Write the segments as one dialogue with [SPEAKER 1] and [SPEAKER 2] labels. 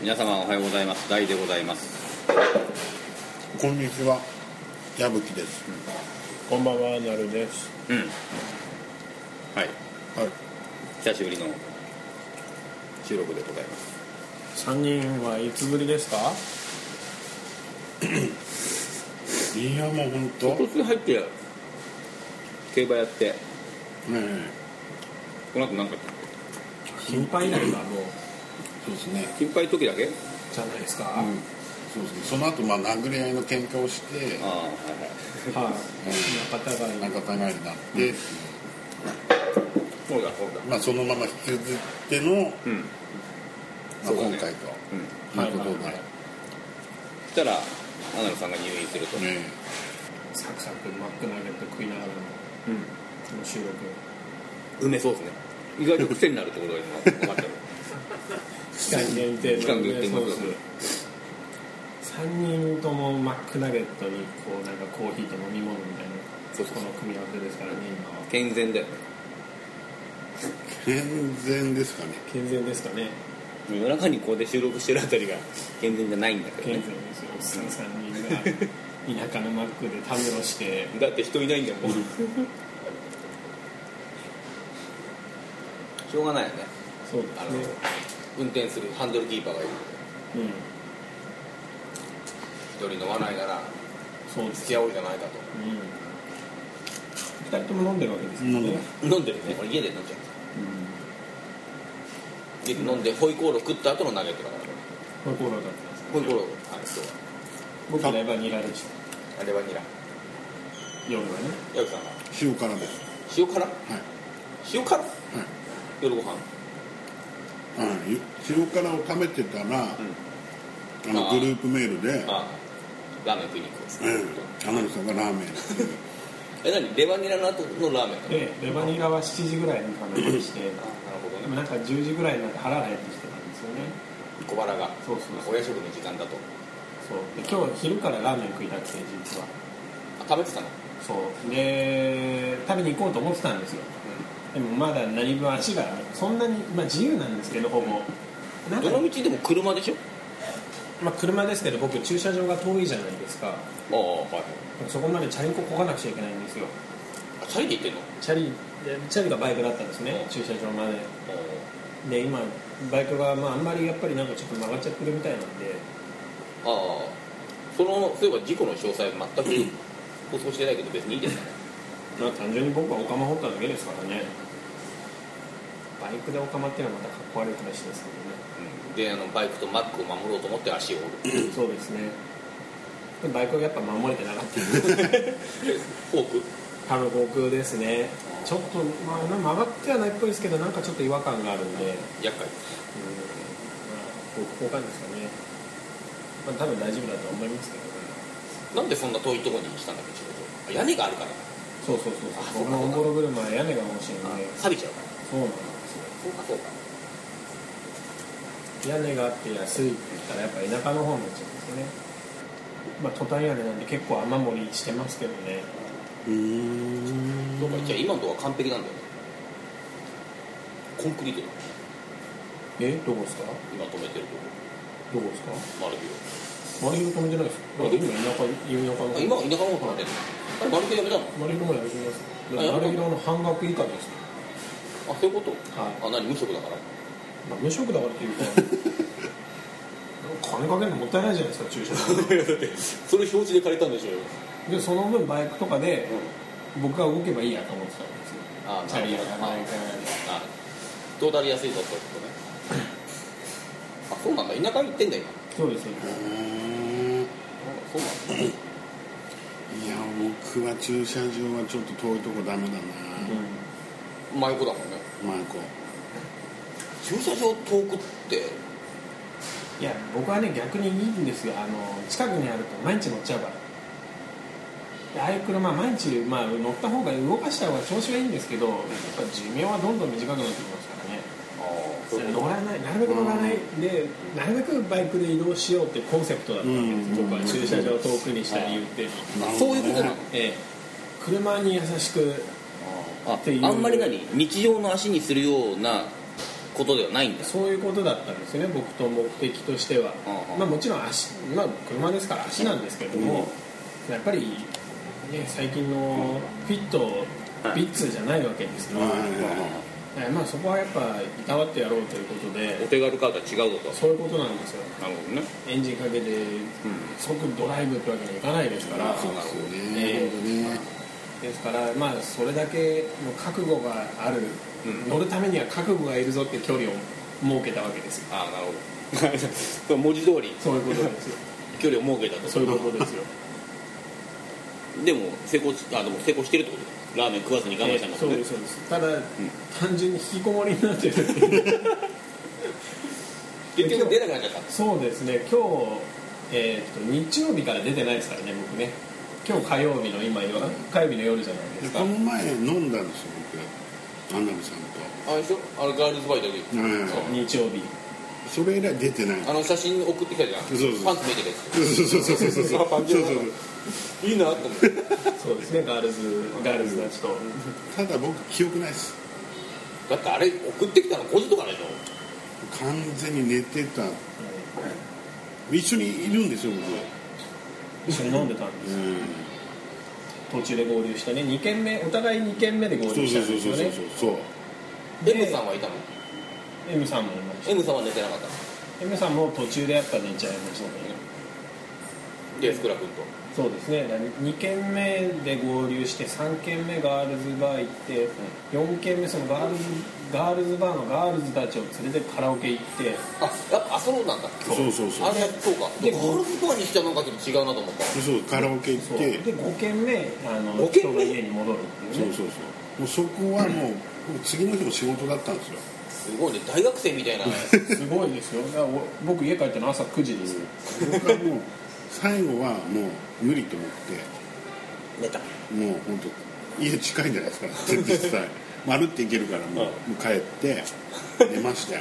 [SPEAKER 1] 皆様おはようございます大でございます
[SPEAKER 2] こんにちは、矢吹です。
[SPEAKER 3] こんばんは、なるです。
[SPEAKER 1] うんはい
[SPEAKER 2] はい、
[SPEAKER 1] 久しぶりの収録でございます
[SPEAKER 3] 三人はいつぶりですか。
[SPEAKER 2] いや、もう本当、ね
[SPEAKER 1] 突然入って競馬やって
[SPEAKER 2] え、
[SPEAKER 1] この後なんか
[SPEAKER 3] 心配なんだろう。
[SPEAKER 2] そうですね。
[SPEAKER 1] 心配時だけ
[SPEAKER 3] じゃないですか。
[SPEAKER 2] う
[SPEAKER 3] はい
[SPEAKER 2] ん、そうですね。その後、まあ、殴り合いの喧嘩をして
[SPEAKER 1] あ、あはい
[SPEAKER 3] 仲違い。
[SPEAKER 2] 仲違いになって、
[SPEAKER 1] そうだそうだ
[SPEAKER 2] まあ、そのまま引きずっての、
[SPEAKER 1] うん
[SPEAKER 2] まあ、
[SPEAKER 1] そうだね
[SPEAKER 2] 今回と。
[SPEAKER 1] う
[SPEAKER 2] と
[SPEAKER 1] ん
[SPEAKER 2] いうことで、
[SPEAKER 3] はいはいはい
[SPEAKER 1] そしたらアナルさんが入院すると、
[SPEAKER 2] ね
[SPEAKER 3] サクサクマックナゲット食いながらのこの収録。
[SPEAKER 1] 梅そうですね意外と癖になるってことが今分かったよ
[SPEAKER 3] 期間限定の
[SPEAKER 1] 期間限定の
[SPEAKER 3] ソース三人ともマックナゲットにこうなんかコーヒーと飲み物みたいな
[SPEAKER 1] そうそうそう
[SPEAKER 3] この組み合わせですからね今は。
[SPEAKER 1] 健全だよね
[SPEAKER 2] 健全ですかね。
[SPEAKER 3] 健全ですかね。
[SPEAKER 1] 夜中にここで収録してるあたりが健全じゃないんだけど
[SPEAKER 3] 健
[SPEAKER 1] ね
[SPEAKER 3] 全ですよ。おっさん三人が田舎のマックでたむろして。
[SPEAKER 1] だって人いないんだもん しょうがないよね
[SPEAKER 3] そうだ
[SPEAKER 1] あの
[SPEAKER 3] ね。
[SPEAKER 1] 運転するハンドルキーパーがいる
[SPEAKER 3] うん。
[SPEAKER 1] 一人飲まないなら
[SPEAKER 3] そうです
[SPEAKER 1] 付き合おうじゃないか
[SPEAKER 3] 2人とも飲んでるわけですよ
[SPEAKER 2] 飲
[SPEAKER 3] ね、
[SPEAKER 2] んでま
[SPEAKER 1] と飲んでるね俺家で飲んじゃう家で飲んでホイコーロー食った後のナゲットだから
[SPEAKER 3] これコーラだったんです
[SPEAKER 1] ホイコーローあれそう
[SPEAKER 3] 僕らはニラでした
[SPEAKER 1] あれはニラ
[SPEAKER 3] 夜はね
[SPEAKER 1] 矢口さんが
[SPEAKER 2] 塩辛です。
[SPEAKER 1] 塩辛
[SPEAKER 2] はい。
[SPEAKER 1] 塩辛夜ご飯
[SPEAKER 2] はい。うん、塩辛を食べてたら、あ
[SPEAKER 1] あ
[SPEAKER 2] の
[SPEAKER 1] ー
[SPEAKER 2] グループメールで、
[SPEAKER 1] ああラーメン食いに行こうっつって
[SPEAKER 2] うん、アナルさんがラーメン。
[SPEAKER 1] え何レバニラの後のラーメン
[SPEAKER 3] でレバニラは7時ぐらいに頼みして
[SPEAKER 1] あなるほど
[SPEAKER 3] で
[SPEAKER 1] ね
[SPEAKER 3] もなんか10時ぐらいになって腹が減ってきてたんですよね
[SPEAKER 1] 小腹が
[SPEAKER 3] そうそうそう
[SPEAKER 1] お夜食の時間だと
[SPEAKER 3] そうで今日昼からラーメン食いたくて実は
[SPEAKER 1] あ食べてたの
[SPEAKER 3] そうで食べに行こうと思ってたんですよでもまだ何分足がそんなに、まあ、自由なんですけどほぼなん
[SPEAKER 1] ど
[SPEAKER 3] か
[SPEAKER 1] の道でも車でしょ
[SPEAKER 3] まあ、車ですけど僕駐車場が遠いじゃないですか
[SPEAKER 1] ああはい
[SPEAKER 3] そこまでチャリンコこがなくちゃいけないんですよ
[SPEAKER 1] あチャリで行ってんの
[SPEAKER 3] チャリでチャリがバイクだったんですね駐車場までで今バイクが、まあ、あんまりやっぱりなんかちょっと曲がっちゃってるみたいなんで
[SPEAKER 1] ああそのそういえば事故の詳細全く放送してないけど別にいいですかね
[SPEAKER 3] まあ単純に僕はオカマ掘っただけですからねバイクでオカマっていうのはまたかっこ悪い話ですけ
[SPEAKER 1] であのバイクとマックを守ろうと思って足を折る
[SPEAKER 3] どねそうですねでバイクがやっぱ守れてなかった
[SPEAKER 1] フォーク
[SPEAKER 3] 多分航空ですねちょっと、まあ、曲がってはないっぽいですけどなんかちょっと違和感があるんで
[SPEAKER 1] 厄介
[SPEAKER 3] うんまあ、交換ですかね、まあ、多分大丈夫だと思いますけどね、
[SPEAKER 1] なんでそんな遠いところにしたんだっけ仕事あ屋根があるから
[SPEAKER 3] そうそうそうそう、僕のオンボロ車は屋根が欲しいので、
[SPEAKER 1] 錆びちゃうから
[SPEAKER 3] そうなんですよ、
[SPEAKER 1] そうかそうか
[SPEAKER 3] 屋根があって安いって言ったら、やっぱ田舎の方になっちゃうんですよね、まあ、トタン屋根なんで、結構雨漏りしてますけどね、
[SPEAKER 2] うーん。
[SPEAKER 1] そうかじゃあ今のとこは完璧なんだよねコンクリートだ
[SPEAKER 3] え、どこですか、
[SPEAKER 1] 今止めてるとこ
[SPEAKER 3] どこですか、
[SPEAKER 1] 丸ビル
[SPEAKER 3] 丸色止めてないです
[SPEAKER 1] あ
[SPEAKER 3] よ、だって今、田舎、弓の
[SPEAKER 1] あ
[SPEAKER 3] 川
[SPEAKER 1] 今
[SPEAKER 3] の
[SPEAKER 1] は田舎の方から出てるあれ丸ビルやめたの
[SPEAKER 3] 丸色もやめてます、だ
[SPEAKER 1] あやっぱ
[SPEAKER 3] から丸色の半額以下です、
[SPEAKER 1] あそういうこと
[SPEAKER 3] はい
[SPEAKER 1] あ何無職だから
[SPEAKER 3] まあ、無職だからっていうか、 金かけるのもったいないじゃないですか、駐車場。
[SPEAKER 1] いや だってそれ表示で借りたんでしょうよ、
[SPEAKER 3] でその分バイクとかで僕が動けばいいやと思ってたんですよ
[SPEAKER 1] あ
[SPEAKER 3] チャリやら
[SPEAKER 1] あ
[SPEAKER 3] ないか
[SPEAKER 1] あトータル安いぞってことねあそうなんだ田舎に行ってんだ今
[SPEAKER 3] そうですね
[SPEAKER 2] うん
[SPEAKER 1] そうなんだ
[SPEAKER 2] いや僕は駐車場はちょっと遠いとこダメだな、
[SPEAKER 3] う
[SPEAKER 1] 真横だもんね
[SPEAKER 2] マイコ
[SPEAKER 1] 駐車場遠くって
[SPEAKER 3] んいや僕はね逆にいいんですよあの近くにあると毎日乗っちゃうからでああいう車毎日、まあ、乗った方が動かした方が調子はいいんですけどやっぱ寿命はどんどん短くなってきますからね
[SPEAKER 1] ああそういうこ
[SPEAKER 3] 乗らないなるべく乗らないでなるべくバイクで移動しようってコンセプトだったんです
[SPEAKER 2] うん
[SPEAKER 3] 僕は駐車場を遠くにした理由っていうのは
[SPEAKER 1] とそういうことなの
[SPEAKER 3] ええ車に優しく
[SPEAKER 1] あ
[SPEAKER 3] っていう
[SPEAKER 1] あんまり何日常の足にするようなことではないんだ
[SPEAKER 3] そういうことだったんですね僕と目的としては、
[SPEAKER 1] うんうん
[SPEAKER 3] まあ、もちろん足、まあ、車ですから足なんですけども、やっぱり、ね、最近のフィット
[SPEAKER 1] はい
[SPEAKER 3] ビッツじゃないわけですから、
[SPEAKER 2] はい
[SPEAKER 3] えーまあ、そこはやっぱいたわってやろうということで
[SPEAKER 1] お手軽カーとは違うぞと
[SPEAKER 3] そういうことなんですよ
[SPEAKER 1] なるほどね
[SPEAKER 3] エンジンかけて即ドライブってわけにはいかないですから、
[SPEAKER 1] あー
[SPEAKER 2] そうですよ
[SPEAKER 3] え
[SPEAKER 2] ね
[SPEAKER 3] ー
[SPEAKER 2] 本当ね
[SPEAKER 3] ですから、まあ、それだけの覚悟がある、
[SPEAKER 1] うん
[SPEAKER 3] 乗るためには覚悟がいるぞっていう距離を設けたわけですよ
[SPEAKER 1] ああなるほど そう文字通り
[SPEAKER 3] そういうことですよ
[SPEAKER 1] 距離を設けたと
[SPEAKER 3] そういうことですよ
[SPEAKER 1] でも成功しあでも成功してるってことだラーメン食わずに我慢したんだ
[SPEAKER 3] そ
[SPEAKER 1] も
[SPEAKER 3] うんで
[SPEAKER 1] ね
[SPEAKER 3] すそうですただ、単純に引きこもりにな ってる
[SPEAKER 1] 結局出なくなっちゃった
[SPEAKER 3] そうですね今日、えー、と日曜日から出てないですからね僕ね今日火曜日の今夜火曜日の夜じゃないです
[SPEAKER 2] で
[SPEAKER 3] か
[SPEAKER 2] この前飲んだんですよ僕安波さんと
[SPEAKER 1] あれでしょあのガールズバイトで、
[SPEAKER 2] うん
[SPEAKER 1] そう
[SPEAKER 3] 日曜日
[SPEAKER 2] それ以来出てない
[SPEAKER 1] あの写真送ってきたじゃん
[SPEAKER 2] そうそう
[SPEAKER 1] パンツ見てるや
[SPEAKER 2] そうそうそうそうそうそうそうそう
[SPEAKER 1] ついいなと思って
[SPEAKER 3] そうですねガールズガールズたちと
[SPEAKER 2] ただ僕記憶ないです
[SPEAKER 1] だってあれ送ってきたの5時とかでしょ
[SPEAKER 2] 完全に寝てた一緒にいるんですよ
[SPEAKER 3] 一緒に飲んでたんで
[SPEAKER 2] 僕
[SPEAKER 3] す
[SPEAKER 2] う
[SPEAKER 3] 途中で合流してね2軒目お互い2軒目で合
[SPEAKER 2] んそう
[SPEAKER 3] 流し
[SPEAKER 2] そ
[SPEAKER 3] た
[SPEAKER 2] うんそう
[SPEAKER 3] です
[SPEAKER 2] そう
[SPEAKER 3] よ
[SPEAKER 2] そうそう
[SPEAKER 3] ね
[SPEAKER 1] M さんはいたの
[SPEAKER 3] M さんもいました
[SPEAKER 1] M さんは寝てなかったの
[SPEAKER 3] M さんも途中でやっぱ寝ちゃいましたね
[SPEAKER 1] でスクラ君と
[SPEAKER 3] そうですね2軒目で合流して3軒目ガールズバー行って4軒目そのガールズガールズバーのガールズたちを連れてカラオケ行って
[SPEAKER 1] あやっぱあそうなんだ
[SPEAKER 2] そうそうそう
[SPEAKER 1] あれそうかで
[SPEAKER 3] で
[SPEAKER 1] ガールズバーにしちゃなんかちょっと違うなと思った
[SPEAKER 2] そうカラオケ行っ
[SPEAKER 3] そう
[SPEAKER 2] て
[SPEAKER 3] で5軒目あの
[SPEAKER 1] 五軒
[SPEAKER 3] 人
[SPEAKER 1] 目
[SPEAKER 3] の家に戻るって
[SPEAKER 2] そ
[SPEAKER 3] いう
[SPEAKER 2] う
[SPEAKER 3] ね
[SPEAKER 2] そうそうもうそこはもう僕次の日も仕事だったんですよ
[SPEAKER 1] すごいね大学生みたいな
[SPEAKER 3] すごいですよだからお僕家帰ったの朝9時です
[SPEAKER 2] 僕はもう最後はもう無理と思っ
[SPEAKER 1] 寝た
[SPEAKER 2] てもう本当家近いんじゃないですか実際まるって行けるからもうもう帰って寝ましたよ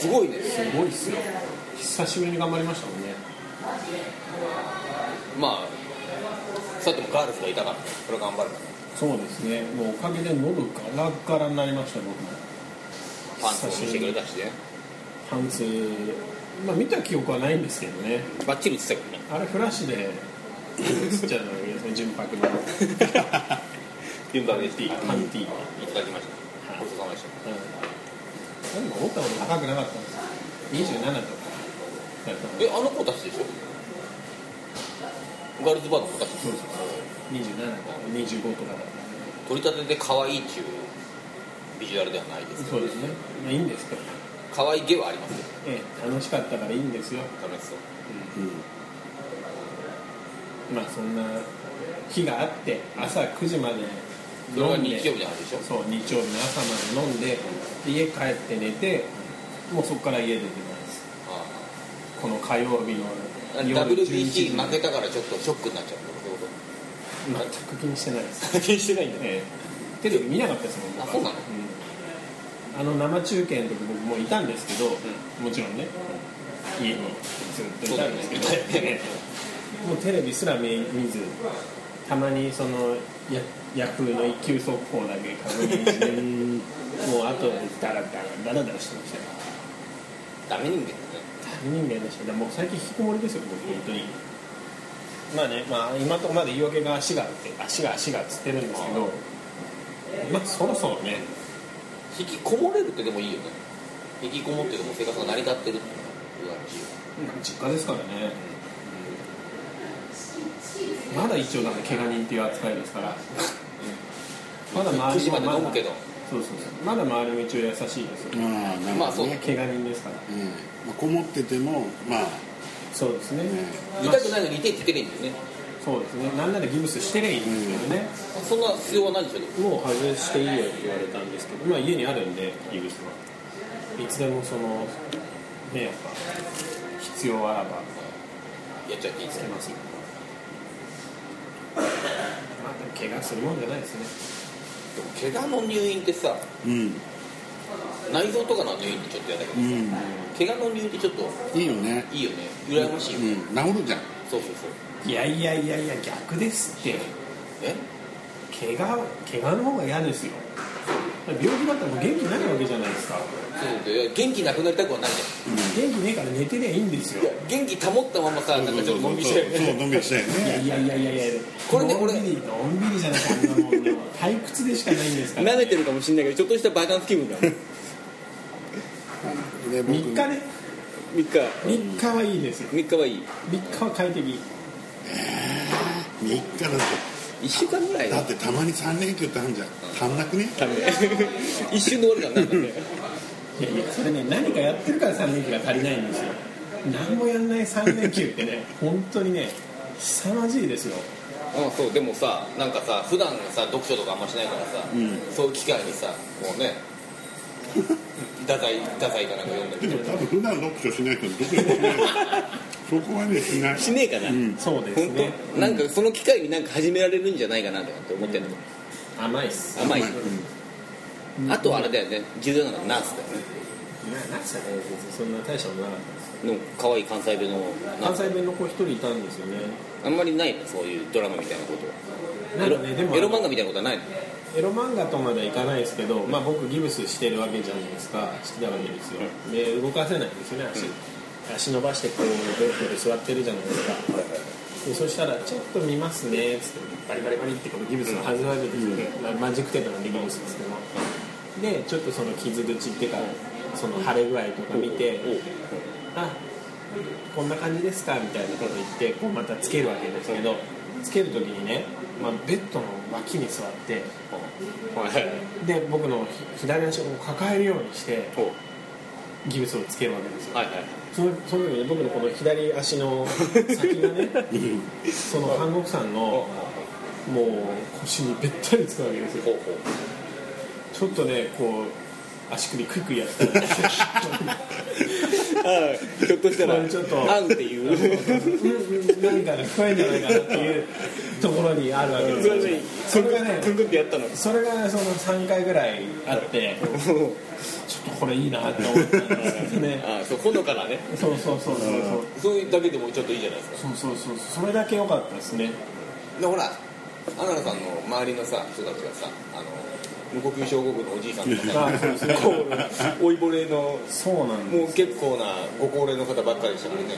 [SPEAKER 1] すごいね
[SPEAKER 3] すごいっすよ久しぶりに頑張りましたもんね
[SPEAKER 1] まあさっきもガールズがいたからそれは頑張るから
[SPEAKER 3] そうですねもうおかげで喉ガラガラになりました僕も
[SPEAKER 1] パンツを見せてくれたしね
[SPEAKER 3] パンツまあ見た記憶はないんですけどね
[SPEAKER 1] バッチリ映ってたけどね
[SPEAKER 3] あれフラッシュで映っちゃうのがいいですね純白の
[SPEAKER 1] 現場でティー
[SPEAKER 3] パンティーは、
[SPEAKER 1] いただきましたごちそうさまでし
[SPEAKER 3] うん、なんか思ったほど高くなかったんですよ27とかだったの
[SPEAKER 1] たえあの子たちでしょガールズバーの子たち
[SPEAKER 3] そうそう27とか25とかだった
[SPEAKER 1] 取り立てで可愛いっていうビジュアルではないです
[SPEAKER 3] そうですね、まあ、いいんですけど、
[SPEAKER 1] 可愛げはありますよ
[SPEAKER 3] ええ、楽しかったからいいんですよ
[SPEAKER 1] 楽しそう
[SPEAKER 2] う
[SPEAKER 3] まあそんな日があって朝9時まで
[SPEAKER 1] それが
[SPEAKER 3] 飲ん
[SPEAKER 1] 日
[SPEAKER 3] で
[SPEAKER 1] 曜日じゃないでしょ
[SPEAKER 3] そう日曜日の朝まで飲んでで家帰って寝てもうそこから家出てます
[SPEAKER 1] あ
[SPEAKER 3] この火曜日の
[SPEAKER 1] あ
[SPEAKER 3] 夜
[SPEAKER 1] WBC
[SPEAKER 3] 11
[SPEAKER 1] 負けたからちょっとショックになっちゃったってこ
[SPEAKER 3] 全く気にしてないです、
[SPEAKER 1] と気にしてないんだ
[SPEAKER 3] ええテレビ見なかったですもん
[SPEAKER 1] あ
[SPEAKER 3] 僕は
[SPEAKER 1] そうなの
[SPEAKER 3] うんあの生中継の時僕もいたんですけど、もちろんね家にずっといたんですけど、
[SPEAKER 1] そうだよねいたよね
[SPEAKER 3] もうテレビすら見見ずたまにそのヤヤフーの一級速報だけ確認して
[SPEAKER 2] ん
[SPEAKER 3] もうあとダラダラダラダラしてましたよ
[SPEAKER 1] ダメ人間だね
[SPEAKER 3] 大人間でしたねもう最近引きこもりですよ僕本当にまあね、まあ、今のとこまだ言い訳が足があって足が足がっつってるんですけどまあそろそろね
[SPEAKER 1] 引きこもれるってでもいいよね引きこもってでも生活が成り立ってるっていうのが
[SPEAKER 3] 実家ですからねまだ一応だって怪我人っていう扱いですからまだ
[SPEAKER 1] 9
[SPEAKER 3] 周
[SPEAKER 1] 時
[SPEAKER 3] り
[SPEAKER 1] まで
[SPEAKER 3] もまだ
[SPEAKER 1] 飲むけど
[SPEAKER 3] そうそうそうまだ周りも一応優しいですよ
[SPEAKER 2] まあなる
[SPEAKER 1] まあ
[SPEAKER 2] ほ
[SPEAKER 1] そう
[SPEAKER 2] どね、
[SPEAKER 3] 怪我人ですから
[SPEAKER 2] うんまあ、こもっててもまあ
[SPEAKER 3] そうですね
[SPEAKER 1] 痛くないのに痛いって言ってりゃいいんだよね
[SPEAKER 3] そうですねなんならギブスしてりゃいいんですけどね、
[SPEAKER 1] そんな必要はないでしょでも
[SPEAKER 3] もう外していいよって言われたんですけど、まあ、家にあるんで、イグスはいつでもその、ね、やっぱ、必要あらば、
[SPEAKER 1] やっちゃっていいです
[SPEAKER 3] つ
[SPEAKER 1] よ
[SPEAKER 3] けますよ。まあ、でも怪我するもんじゃないですね。
[SPEAKER 1] でも怪我の入院ってさ
[SPEAKER 2] うん
[SPEAKER 1] 内臓とかの入院ってちょっと嫌だけ
[SPEAKER 2] う
[SPEAKER 1] ど
[SPEAKER 2] ん
[SPEAKER 1] 怪我の入院ってちょっと
[SPEAKER 2] いいよね
[SPEAKER 1] いいよね羨ましいよ
[SPEAKER 2] う
[SPEAKER 1] ね
[SPEAKER 2] ん、治るじゃん
[SPEAKER 1] そうそうそう
[SPEAKER 3] いやいやいやいや、逆ですって、
[SPEAKER 1] え
[SPEAKER 3] 怪我、怪我の方が嫌ですよ。病気だったらもう元気ないわけじゃないですか
[SPEAKER 1] そうで元気なくなりたくはないじ
[SPEAKER 3] 元気ねえから寝てりゃいいんですよ
[SPEAKER 1] ゃんいや元気保ったままさなんかちょっとのんびりして
[SPEAKER 2] そうのんびりしたいよ
[SPEAKER 3] いや
[SPEAKER 2] ね
[SPEAKER 3] いやいやいやいや
[SPEAKER 1] これね俺
[SPEAKER 3] のんびりのんびりじゃなくてあんなもんね退屈でしかないんですから
[SPEAKER 1] 舐めてるかもしれないけどちょっとしたバカンス気分だ3
[SPEAKER 2] で僕
[SPEAKER 3] 3日ね
[SPEAKER 1] 日
[SPEAKER 3] 3日はいいですよ
[SPEAKER 1] 3日はいい
[SPEAKER 3] 3日は快適
[SPEAKER 2] 3日だって
[SPEAKER 1] 1週間ぐらい
[SPEAKER 2] だってたまに3連休ってあるじゃん足んなくね
[SPEAKER 1] 多分ね一瞬で終わるからなんだ ね
[SPEAKER 3] いやいやそれね何かやってるから3連休が足りないんですよ何もやんない3連休ってね 本当にね凄まじいですよ
[SPEAKER 1] うん、そうでもさなんかさ普段さ読書とかあんましないからさ、
[SPEAKER 2] うん
[SPEAKER 1] そういう機会にさもうね太宰太宰かなんか読んだ
[SPEAKER 2] で
[SPEAKER 1] り
[SPEAKER 2] も多分普段読書しない人どこにもしないそこはねしない
[SPEAKER 1] しねえかな、
[SPEAKER 2] うん
[SPEAKER 3] そうで
[SPEAKER 1] ほ
[SPEAKER 3] す
[SPEAKER 1] んと
[SPEAKER 3] ね
[SPEAKER 1] なんかその機会になんか始められるんじゃないかなとかって思ってるの、
[SPEAKER 3] 甘いっす
[SPEAKER 1] 甘い、
[SPEAKER 3] うん
[SPEAKER 1] あとはあれだよね重要なのはナースだよね
[SPEAKER 3] ななんすかね別にそんな大したことなかったんです
[SPEAKER 1] の可愛い関西弁のナー
[SPEAKER 3] 関
[SPEAKER 1] ス
[SPEAKER 3] 西弁の子一人いたんですよね
[SPEAKER 1] あんまりないのそういうドラマみたいなことは
[SPEAKER 3] なんかねでも
[SPEAKER 1] エロ漫画みたいなことはないの
[SPEAKER 3] エロ漫画とまではいかないですけど、まあ、僕ギブスしてるわけじゃないですかしてたわけですよで動かせないんですよね足、足伸ばしてこうベッドで座ってるじゃないですかでそしたら「ちょっと見ますね」っつってバリバリバリってこのギブスの外れるんですよね、まあマジックテープなんでギブスですけどでちょっとその傷口っていうかその腫れ具合とか見て
[SPEAKER 1] おう
[SPEAKER 3] あこんな感じですかみたいなこと言ってこうまたつけるわけですけどつける時にね、まあ、ベッドの脇に座って
[SPEAKER 1] おうはい
[SPEAKER 3] で僕の左足をこう抱えるようにして
[SPEAKER 1] おう
[SPEAKER 3] ギブスをつけるわけですよ、
[SPEAKER 1] はいはい
[SPEAKER 3] そのその時に僕のこの左足の先がね
[SPEAKER 2] うん
[SPEAKER 3] その韓国産のもう腰にべったりつくわけですよ
[SPEAKER 1] ほうほう
[SPEAKER 3] ちょっとねこう足首クイクイや ったら
[SPEAKER 1] はいひょっとしたら
[SPEAKER 3] これちょっと
[SPEAKER 1] あんっていう
[SPEAKER 3] 何かが聞こえんじゃないかなっていうところにあるわけですよ、それがね
[SPEAKER 1] クンクンってやったの
[SPEAKER 3] それがその3回ぐらいあってちょっとこれいいなって思ったんですよね
[SPEAKER 1] ああそうほのからね
[SPEAKER 3] そうそうそうそうそう
[SPEAKER 1] そういうだけでもちょっといいじゃないですか
[SPEAKER 3] そうそうそうそれだけ良かったですね
[SPEAKER 1] でほらアナナさんの周りのさ人たちがさあの無呼吸症候群のおじいさんとか
[SPEAKER 3] あ
[SPEAKER 1] さ
[SPEAKER 3] そうそう
[SPEAKER 1] こう老いぼれの
[SPEAKER 3] そうなんで
[SPEAKER 1] もう結構なご高齢の方ばっかりでしたからね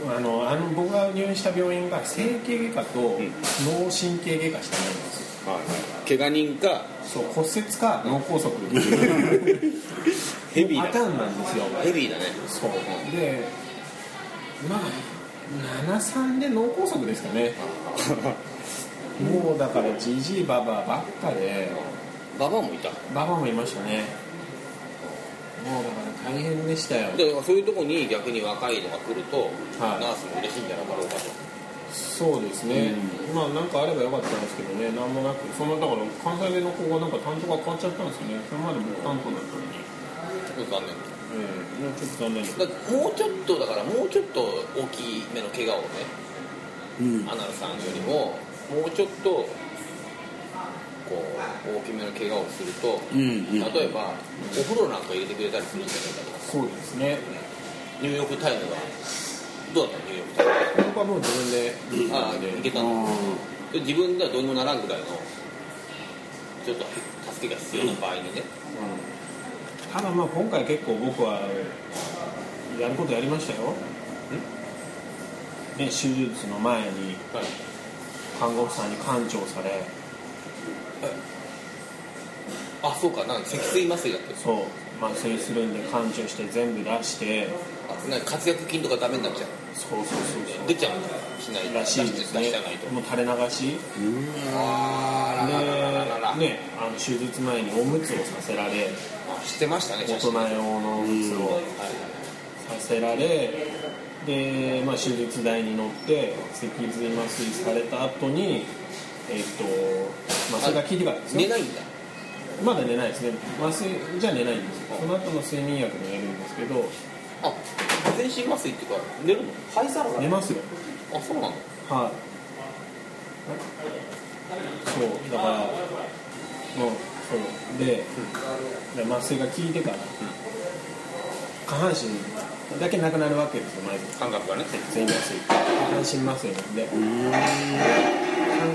[SPEAKER 3] 僕あのあの僕が入院した病院が整形外科と
[SPEAKER 1] ん
[SPEAKER 3] 脳神経外科しかないんですよ
[SPEAKER 1] 怪我人か
[SPEAKER 3] そう骨折か脳梗塞
[SPEAKER 1] ヘビ
[SPEAKER 3] パ
[SPEAKER 1] ー
[SPEAKER 3] タ
[SPEAKER 1] だ
[SPEAKER 3] ーンなんですよ
[SPEAKER 1] ヘビーだね
[SPEAKER 3] そうんでまあ73で脳梗塞ですか ねもうだからじじいばばばっかで
[SPEAKER 1] ババアもいた
[SPEAKER 3] ばばもいましたねもうだから大変でしたよ
[SPEAKER 1] でそういうとこに逆に若いのが来ると、
[SPEAKER 3] はい
[SPEAKER 1] ナースも嬉しいんじゃなかろうかと
[SPEAKER 3] そうですね、まあなんかあればよかったんですけどねなんもなくそんなだから関西弁の子がなんか担当が変わっちゃったんですよねそれまで僕担当だったのに
[SPEAKER 1] ちょっと残念
[SPEAKER 3] ええもうちょっと残念です
[SPEAKER 1] だからもうちょっとだからもうちょっと大きめの怪我を
[SPEAKER 2] うん
[SPEAKER 1] ねアナルさんよりももうちょっとこう大きめの怪我をすると、
[SPEAKER 2] うんうん
[SPEAKER 1] 例えばお風呂なんか入れてくれたりするんじゃないかとか
[SPEAKER 3] そうですね
[SPEAKER 1] ニューヨークタイムがどうだったニューヨークタイム
[SPEAKER 3] 僕はもう自分で
[SPEAKER 1] ああいけたの
[SPEAKER 2] あ
[SPEAKER 1] で自分ではどうにもならんぐらいのちょっと助けが必要な場合にね、
[SPEAKER 3] ただまあ今回結構僕はやることやりましたよね、手術の前に看護婦さんに勘定され
[SPEAKER 1] あそうかなんか脊椎麻酔だって
[SPEAKER 3] そう麻酔するんで勘定して全部出して
[SPEAKER 1] あなんか活躍筋とかダメになっちゃう
[SPEAKER 3] そうそうそうそう
[SPEAKER 1] 出ちゃうんだしない
[SPEAKER 3] らしいですね
[SPEAKER 1] 出しちゃないと
[SPEAKER 3] もう垂れ流し
[SPEAKER 1] あ
[SPEAKER 3] で
[SPEAKER 1] らららららら、
[SPEAKER 3] ね、あの手術前におむつをさせられ
[SPEAKER 1] あ知ってましたね
[SPEAKER 3] 大
[SPEAKER 1] 写真
[SPEAKER 3] 人用のおむつを
[SPEAKER 1] はい
[SPEAKER 3] させられで、まあ、手術台に乗って脊髄麻酔された後にえっとまあそれが効いてからです
[SPEAKER 1] 寝
[SPEAKER 3] ね
[SPEAKER 1] ないんだ
[SPEAKER 3] まだ寝ないですね麻酔じゃ寝ないんですよその後の睡眠薬もやるんですけど
[SPEAKER 1] あ全身麻酔っていうか寝るの肺さ
[SPEAKER 3] 寝ますよ
[SPEAKER 1] あそうなの
[SPEAKER 3] はい、そうだからもうそうで,、で麻酔が効いてから、下半身だけなくなるわけですよまず
[SPEAKER 1] 感覚がね
[SPEAKER 3] 全麻酔下半身麻酔なんで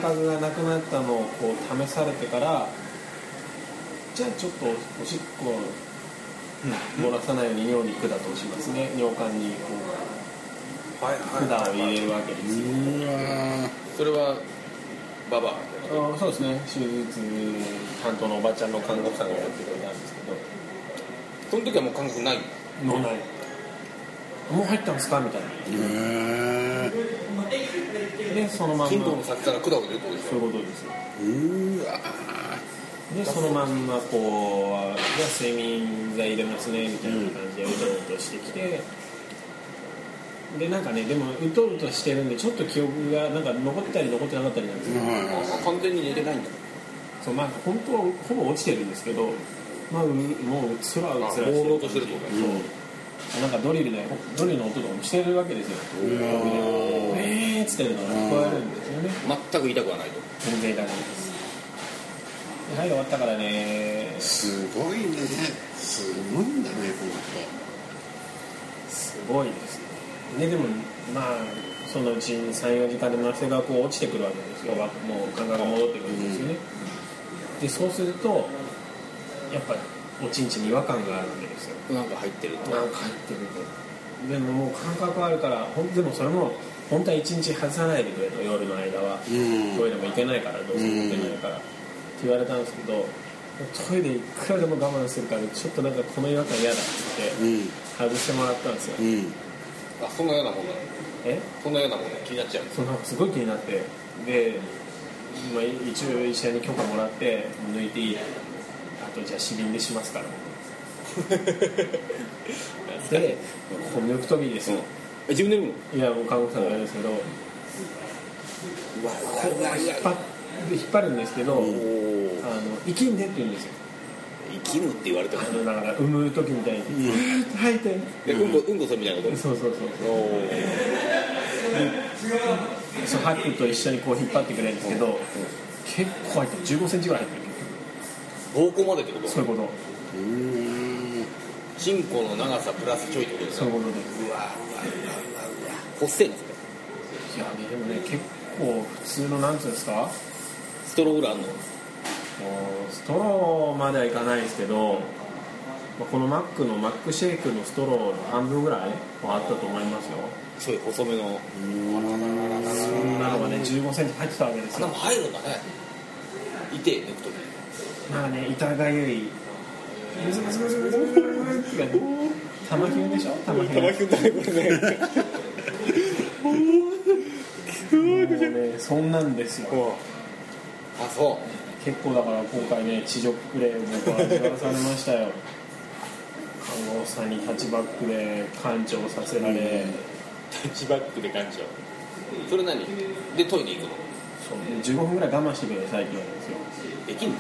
[SPEAKER 3] 感覚がなくなったのをこう試されてからじゃあちょっとおしっこを漏らさないように尿に管通しますね尿管にこ
[SPEAKER 1] はいう
[SPEAKER 3] 管を入れるわけですよ
[SPEAKER 2] うわ
[SPEAKER 1] それはババ
[SPEAKER 3] あそうですね手術担当のおばちゃんの看護婦さんがやってくれたんですけど
[SPEAKER 1] その時はもう感覚ないんだ
[SPEAKER 3] 飲んないもう入ったんですかみたいな
[SPEAKER 2] ーへー
[SPEAKER 3] でそのまんま
[SPEAKER 1] 金庫の先から管を入れるってことでし
[SPEAKER 3] そういうことですよ
[SPEAKER 2] うわ
[SPEAKER 3] でそのまんまこうじゃあ睡眠剤入れますねみたいな感じでうとうとしてきて、でなんかねでもうとうとしてるんでちょっと記憶がなんか残ってたり残ってなかったりなんですよ、
[SPEAKER 2] はいは
[SPEAKER 1] ょ完全に寝てないんだ
[SPEAKER 3] そうまあ本当はほぼ落ちてるんですけどまあうもううっすらうっすら
[SPEAKER 1] あ朦朧としてるってことね
[SPEAKER 3] そうなんかドリルねドリルの音とかもしてるわけですよ
[SPEAKER 2] い
[SPEAKER 3] ウ
[SPEAKER 2] うわー
[SPEAKER 3] ェーっつってるのが聞こえるんですよね
[SPEAKER 1] 全く痛くはないと
[SPEAKER 3] 全然痛くないですではい終わったからね
[SPEAKER 2] すごいねすごいんだねこ
[SPEAKER 3] すごいですねねでもまあそのうちに34時間で麻酔がこう落ちてくるわけですよわもう感覚が戻ってくるんですよね、でそうするとやっぱおちんちんに違和感があるわけですよ
[SPEAKER 1] なんか入ってると
[SPEAKER 3] なんか入ってるとでももう感覚あるからほんでもそれも本当は1日外さないでくれと夜の間は、
[SPEAKER 2] うん
[SPEAKER 3] トイレも行けないからどうせも行けないから、って言われたんですけどトイレいくらでも我慢するからちょっとなんかこの違和感嫌だっつって
[SPEAKER 2] とうん
[SPEAKER 3] 外してもらったんですよ、
[SPEAKER 2] うん
[SPEAKER 1] あそんなようなもんだ
[SPEAKER 3] え
[SPEAKER 1] そんなようなもんだ気になっちゃう
[SPEAKER 3] そうなんかすごい気になってで、まあ、一応医者に許可もらって抜いていいあとじゃあ死瓶でし ますからでこう抜く時ですよ、
[SPEAKER 1] 自分でやるの
[SPEAKER 3] いやもう看護婦さんがあれですけどこ
[SPEAKER 1] うわうわう
[SPEAKER 3] うパッで引っ張るんですけど、
[SPEAKER 1] お
[SPEAKER 3] あの生きんでって言うんですよ
[SPEAKER 1] 生きむって言われても
[SPEAKER 3] あのだから産む時みたいに「吐いて
[SPEAKER 1] でうんこうんこするみたいなこ」
[SPEAKER 3] そうそうそう
[SPEAKER 1] とおー
[SPEAKER 3] そうハックと一緒にこう引っ張ってくれるんですけど、結構入ってる1 5ンチぐらい入ってる
[SPEAKER 1] 膀胱までってこ
[SPEAKER 3] そう
[SPEAKER 1] と
[SPEAKER 3] いうこと
[SPEAKER 2] うん
[SPEAKER 1] チンコの長さプラスちょいってことです
[SPEAKER 3] そう
[SPEAKER 1] ね
[SPEAKER 3] いうことです
[SPEAKER 1] うわうわうわうわ細いなそれ
[SPEAKER 3] いやでもね結構普通のなんていうんですか
[SPEAKER 1] ストローぐらいあんの
[SPEAKER 3] もうストローまではいかないですけど、まあ、このマックのマックシェイクのストローの半分ぐらいはあったと思いますよ
[SPEAKER 1] ちょい細めの
[SPEAKER 3] そんなのがね1 5センチ入ってたわけです
[SPEAKER 1] 穴
[SPEAKER 3] よ
[SPEAKER 1] も入るんだね痛え抜くとき
[SPEAKER 3] なんかね痛がゆいムズムズムズムズムズムズって玉ひゅんでしょ玉ひゅん
[SPEAKER 1] ひゅんだねこれ ね
[SPEAKER 3] もうねそんなんですよ
[SPEAKER 1] あそ
[SPEAKER 3] 結構だから今回ね地上プレーを僕は味わわされましたよ看護師さんにタッチバックで館長させられ、
[SPEAKER 1] うタッチバックで感じちゃうそれ何でトイレ行くの
[SPEAKER 3] そう15分ぐらい我慢してくださいって言われるんですよ
[SPEAKER 1] できんの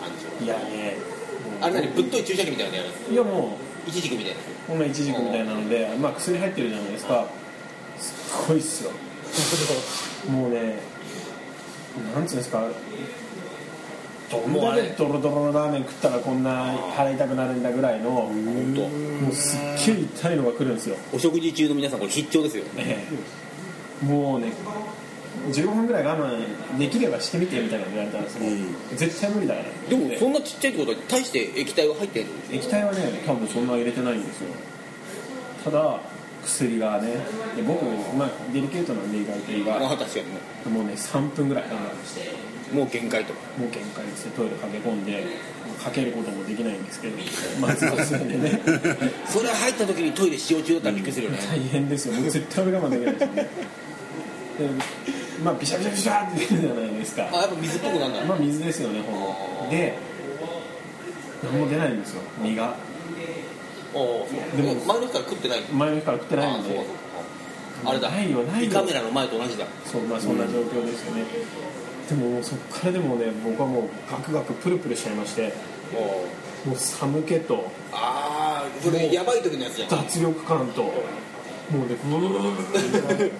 [SPEAKER 1] 感じ
[SPEAKER 3] いやね
[SPEAKER 1] あれ何ぶっとい注射器みたいなのやる
[SPEAKER 3] いやも
[SPEAKER 1] イチジクみたいな
[SPEAKER 3] うこんなイチジクみたいなので、まあ、薬入ってるじゃないですかすっごいっすよもうねなんつうんですかどん
[SPEAKER 1] もうあ
[SPEAKER 3] だけ
[SPEAKER 1] れ
[SPEAKER 3] ドロドロのラーメン食ったらこんな腹痛くなるんだぐらいのも
[SPEAKER 1] 本当
[SPEAKER 3] うすっげえ痛いのが来るんですよ
[SPEAKER 1] お食事中の皆さんこれ必聴ですよ
[SPEAKER 3] ねもうね15分ぐらい我慢できればしてみてみたいなの言われたんですよ、
[SPEAKER 2] うん
[SPEAKER 3] 絶対無理だから
[SPEAKER 1] でもそんなちっちゃいってことは大して液体は入ってるんで
[SPEAKER 3] 液体はね多分そんな入れてないんですよただ薬がねで僕、まあ、デリケートなんで意外と胃が
[SPEAKER 1] まあ確かにね
[SPEAKER 3] もうね3分ぐらい我慢して
[SPEAKER 1] もう限界と
[SPEAKER 3] もう限界ですねトイレ駆け込んでかけることもできないんですけどまずはそれでね
[SPEAKER 1] それ入った時にトイレ使用中だったらびっくりするよね
[SPEAKER 3] 大変ですよもう絶対俺我慢できないですよねでまあビシャビシャビシャって出るじゃないですか
[SPEAKER 1] あやっぱ水っぽくなんない
[SPEAKER 3] まあ水ですよねほぼで何も出ないんですよ身が
[SPEAKER 1] おおで
[SPEAKER 3] でも
[SPEAKER 1] も前の日から食ってない
[SPEAKER 3] 前の日から食ってないん
[SPEAKER 1] あ
[SPEAKER 3] で
[SPEAKER 1] そうかあれだ
[SPEAKER 3] ないよないよ
[SPEAKER 1] 胃カメラの前と同じだ
[SPEAKER 3] そうまあそんな状況ですよね、でももうそこからでもね僕はもうガクガクプルプルしちゃいましてもう寒気と
[SPEAKER 1] ああそれやばい時のやつじゃん
[SPEAKER 3] 脱力感ともうねブルブルブルブルブルブル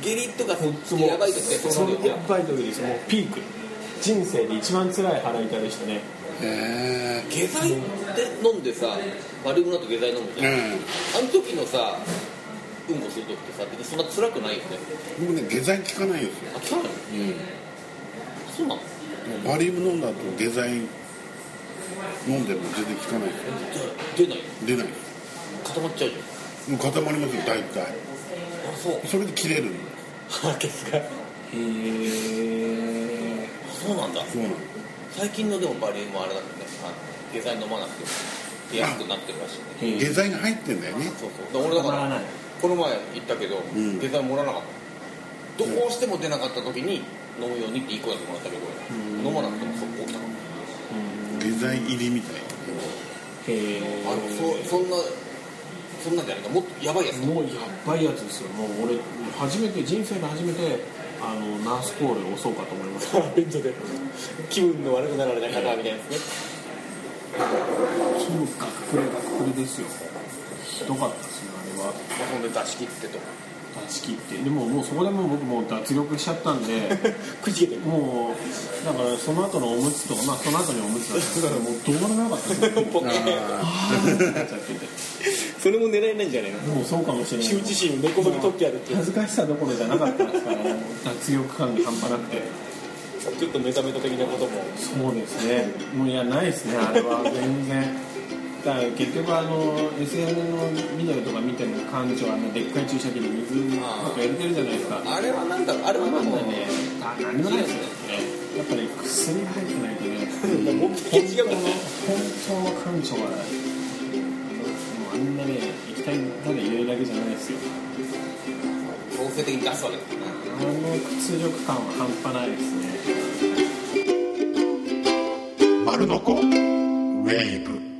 [SPEAKER 1] 下痢とかそっち
[SPEAKER 3] もう
[SPEAKER 1] やばい時ってそ
[SPEAKER 3] そ
[SPEAKER 1] の
[SPEAKER 3] う
[SPEAKER 1] 時
[SPEAKER 3] やばい時ですよもうピーク人生で一番辛い腹痛でしたね
[SPEAKER 2] へ
[SPEAKER 1] 下剤って飲んでさ悪いものと下剤飲むじゃん、
[SPEAKER 2] え
[SPEAKER 1] あの時のさうんこする時ってさ別にそんな辛くないよね
[SPEAKER 2] うん僕ね下剤効かないんですよ
[SPEAKER 1] あ辛いのそうなの
[SPEAKER 2] バリウム飲んだ後下剤飲んでも全然効かない
[SPEAKER 1] 出ない
[SPEAKER 2] 出ない
[SPEAKER 1] 固まっちゃうじ
[SPEAKER 2] もう固まりますよ大体
[SPEAKER 1] ゃんあそう
[SPEAKER 2] それで切れるの
[SPEAKER 1] あですか
[SPEAKER 3] へえ
[SPEAKER 1] そうなんだ
[SPEAKER 2] そうなの
[SPEAKER 1] 最近のでもバリウムはあれなんだねあのデザイン飲まなくても出やすくなってるらしいね
[SPEAKER 3] へ
[SPEAKER 2] 下
[SPEAKER 3] え
[SPEAKER 2] 剤が入ってんだよね
[SPEAKER 1] そうそうだ俺だか
[SPEAKER 3] たまらな
[SPEAKER 1] ら
[SPEAKER 3] い
[SPEAKER 1] この前行ったけど、
[SPEAKER 2] ん
[SPEAKER 1] デザインもらわなかったどうしても出なかった時に飲むようにって1個だけもらったけど、
[SPEAKER 3] ん
[SPEAKER 1] 飲まなくてもそこ起きたから、
[SPEAKER 2] 下剤入りみたい
[SPEAKER 3] へえ
[SPEAKER 1] あのそそんなそんなんじゃないかもっとやばいやつ、
[SPEAKER 3] もうやばいやつですよもう俺初めて人生で初めてあのナースコールを押そうかと思いました
[SPEAKER 1] ベッドで気分の悪くなられた方みたいなやつね
[SPEAKER 3] そうガックレガックレですよひどかったですねあれは
[SPEAKER 1] まあほんで出し切ってと
[SPEAKER 3] 断ち切ってでももうそこでもう僕もう脱力しちゃったんで
[SPEAKER 1] くじけて
[SPEAKER 3] もうだからその後のおむつとかまあその後におむつだったんですけどもうどうもなかった ですよ
[SPEAKER 2] あ
[SPEAKER 3] あーってなっちゃってて
[SPEAKER 1] それも狙えないんじゃないの
[SPEAKER 3] もうそうかもしれない
[SPEAKER 1] 心を根こ
[SPEAKER 3] そぎ取
[SPEAKER 1] ってやるっ
[SPEAKER 3] 恥ずかしさどころじゃなかったですからもう脱力感が半端なくて
[SPEAKER 1] ちょっと目覚めた的なことも
[SPEAKER 3] そうですねもういやないですねあれは全然だから結局あの SN のビデオとか見ても館長あのでっかい注射器で水とか入れてるじゃないですか
[SPEAKER 1] あれはなんだろうあれは
[SPEAKER 3] ま
[SPEAKER 1] な
[SPEAKER 3] あ
[SPEAKER 1] んだろう
[SPEAKER 3] ね、あ何もないですね。やっぱり薬が入ってないとね、
[SPEAKER 1] 目的が違う
[SPEAKER 3] 本当の感情はない。もうあんなね、液体ただ入れるだけじゃないですよ。
[SPEAKER 1] 強制的に出すわけだからな
[SPEAKER 3] あの屈辱感は半端ないですね。
[SPEAKER 2] 丸のこウェーブ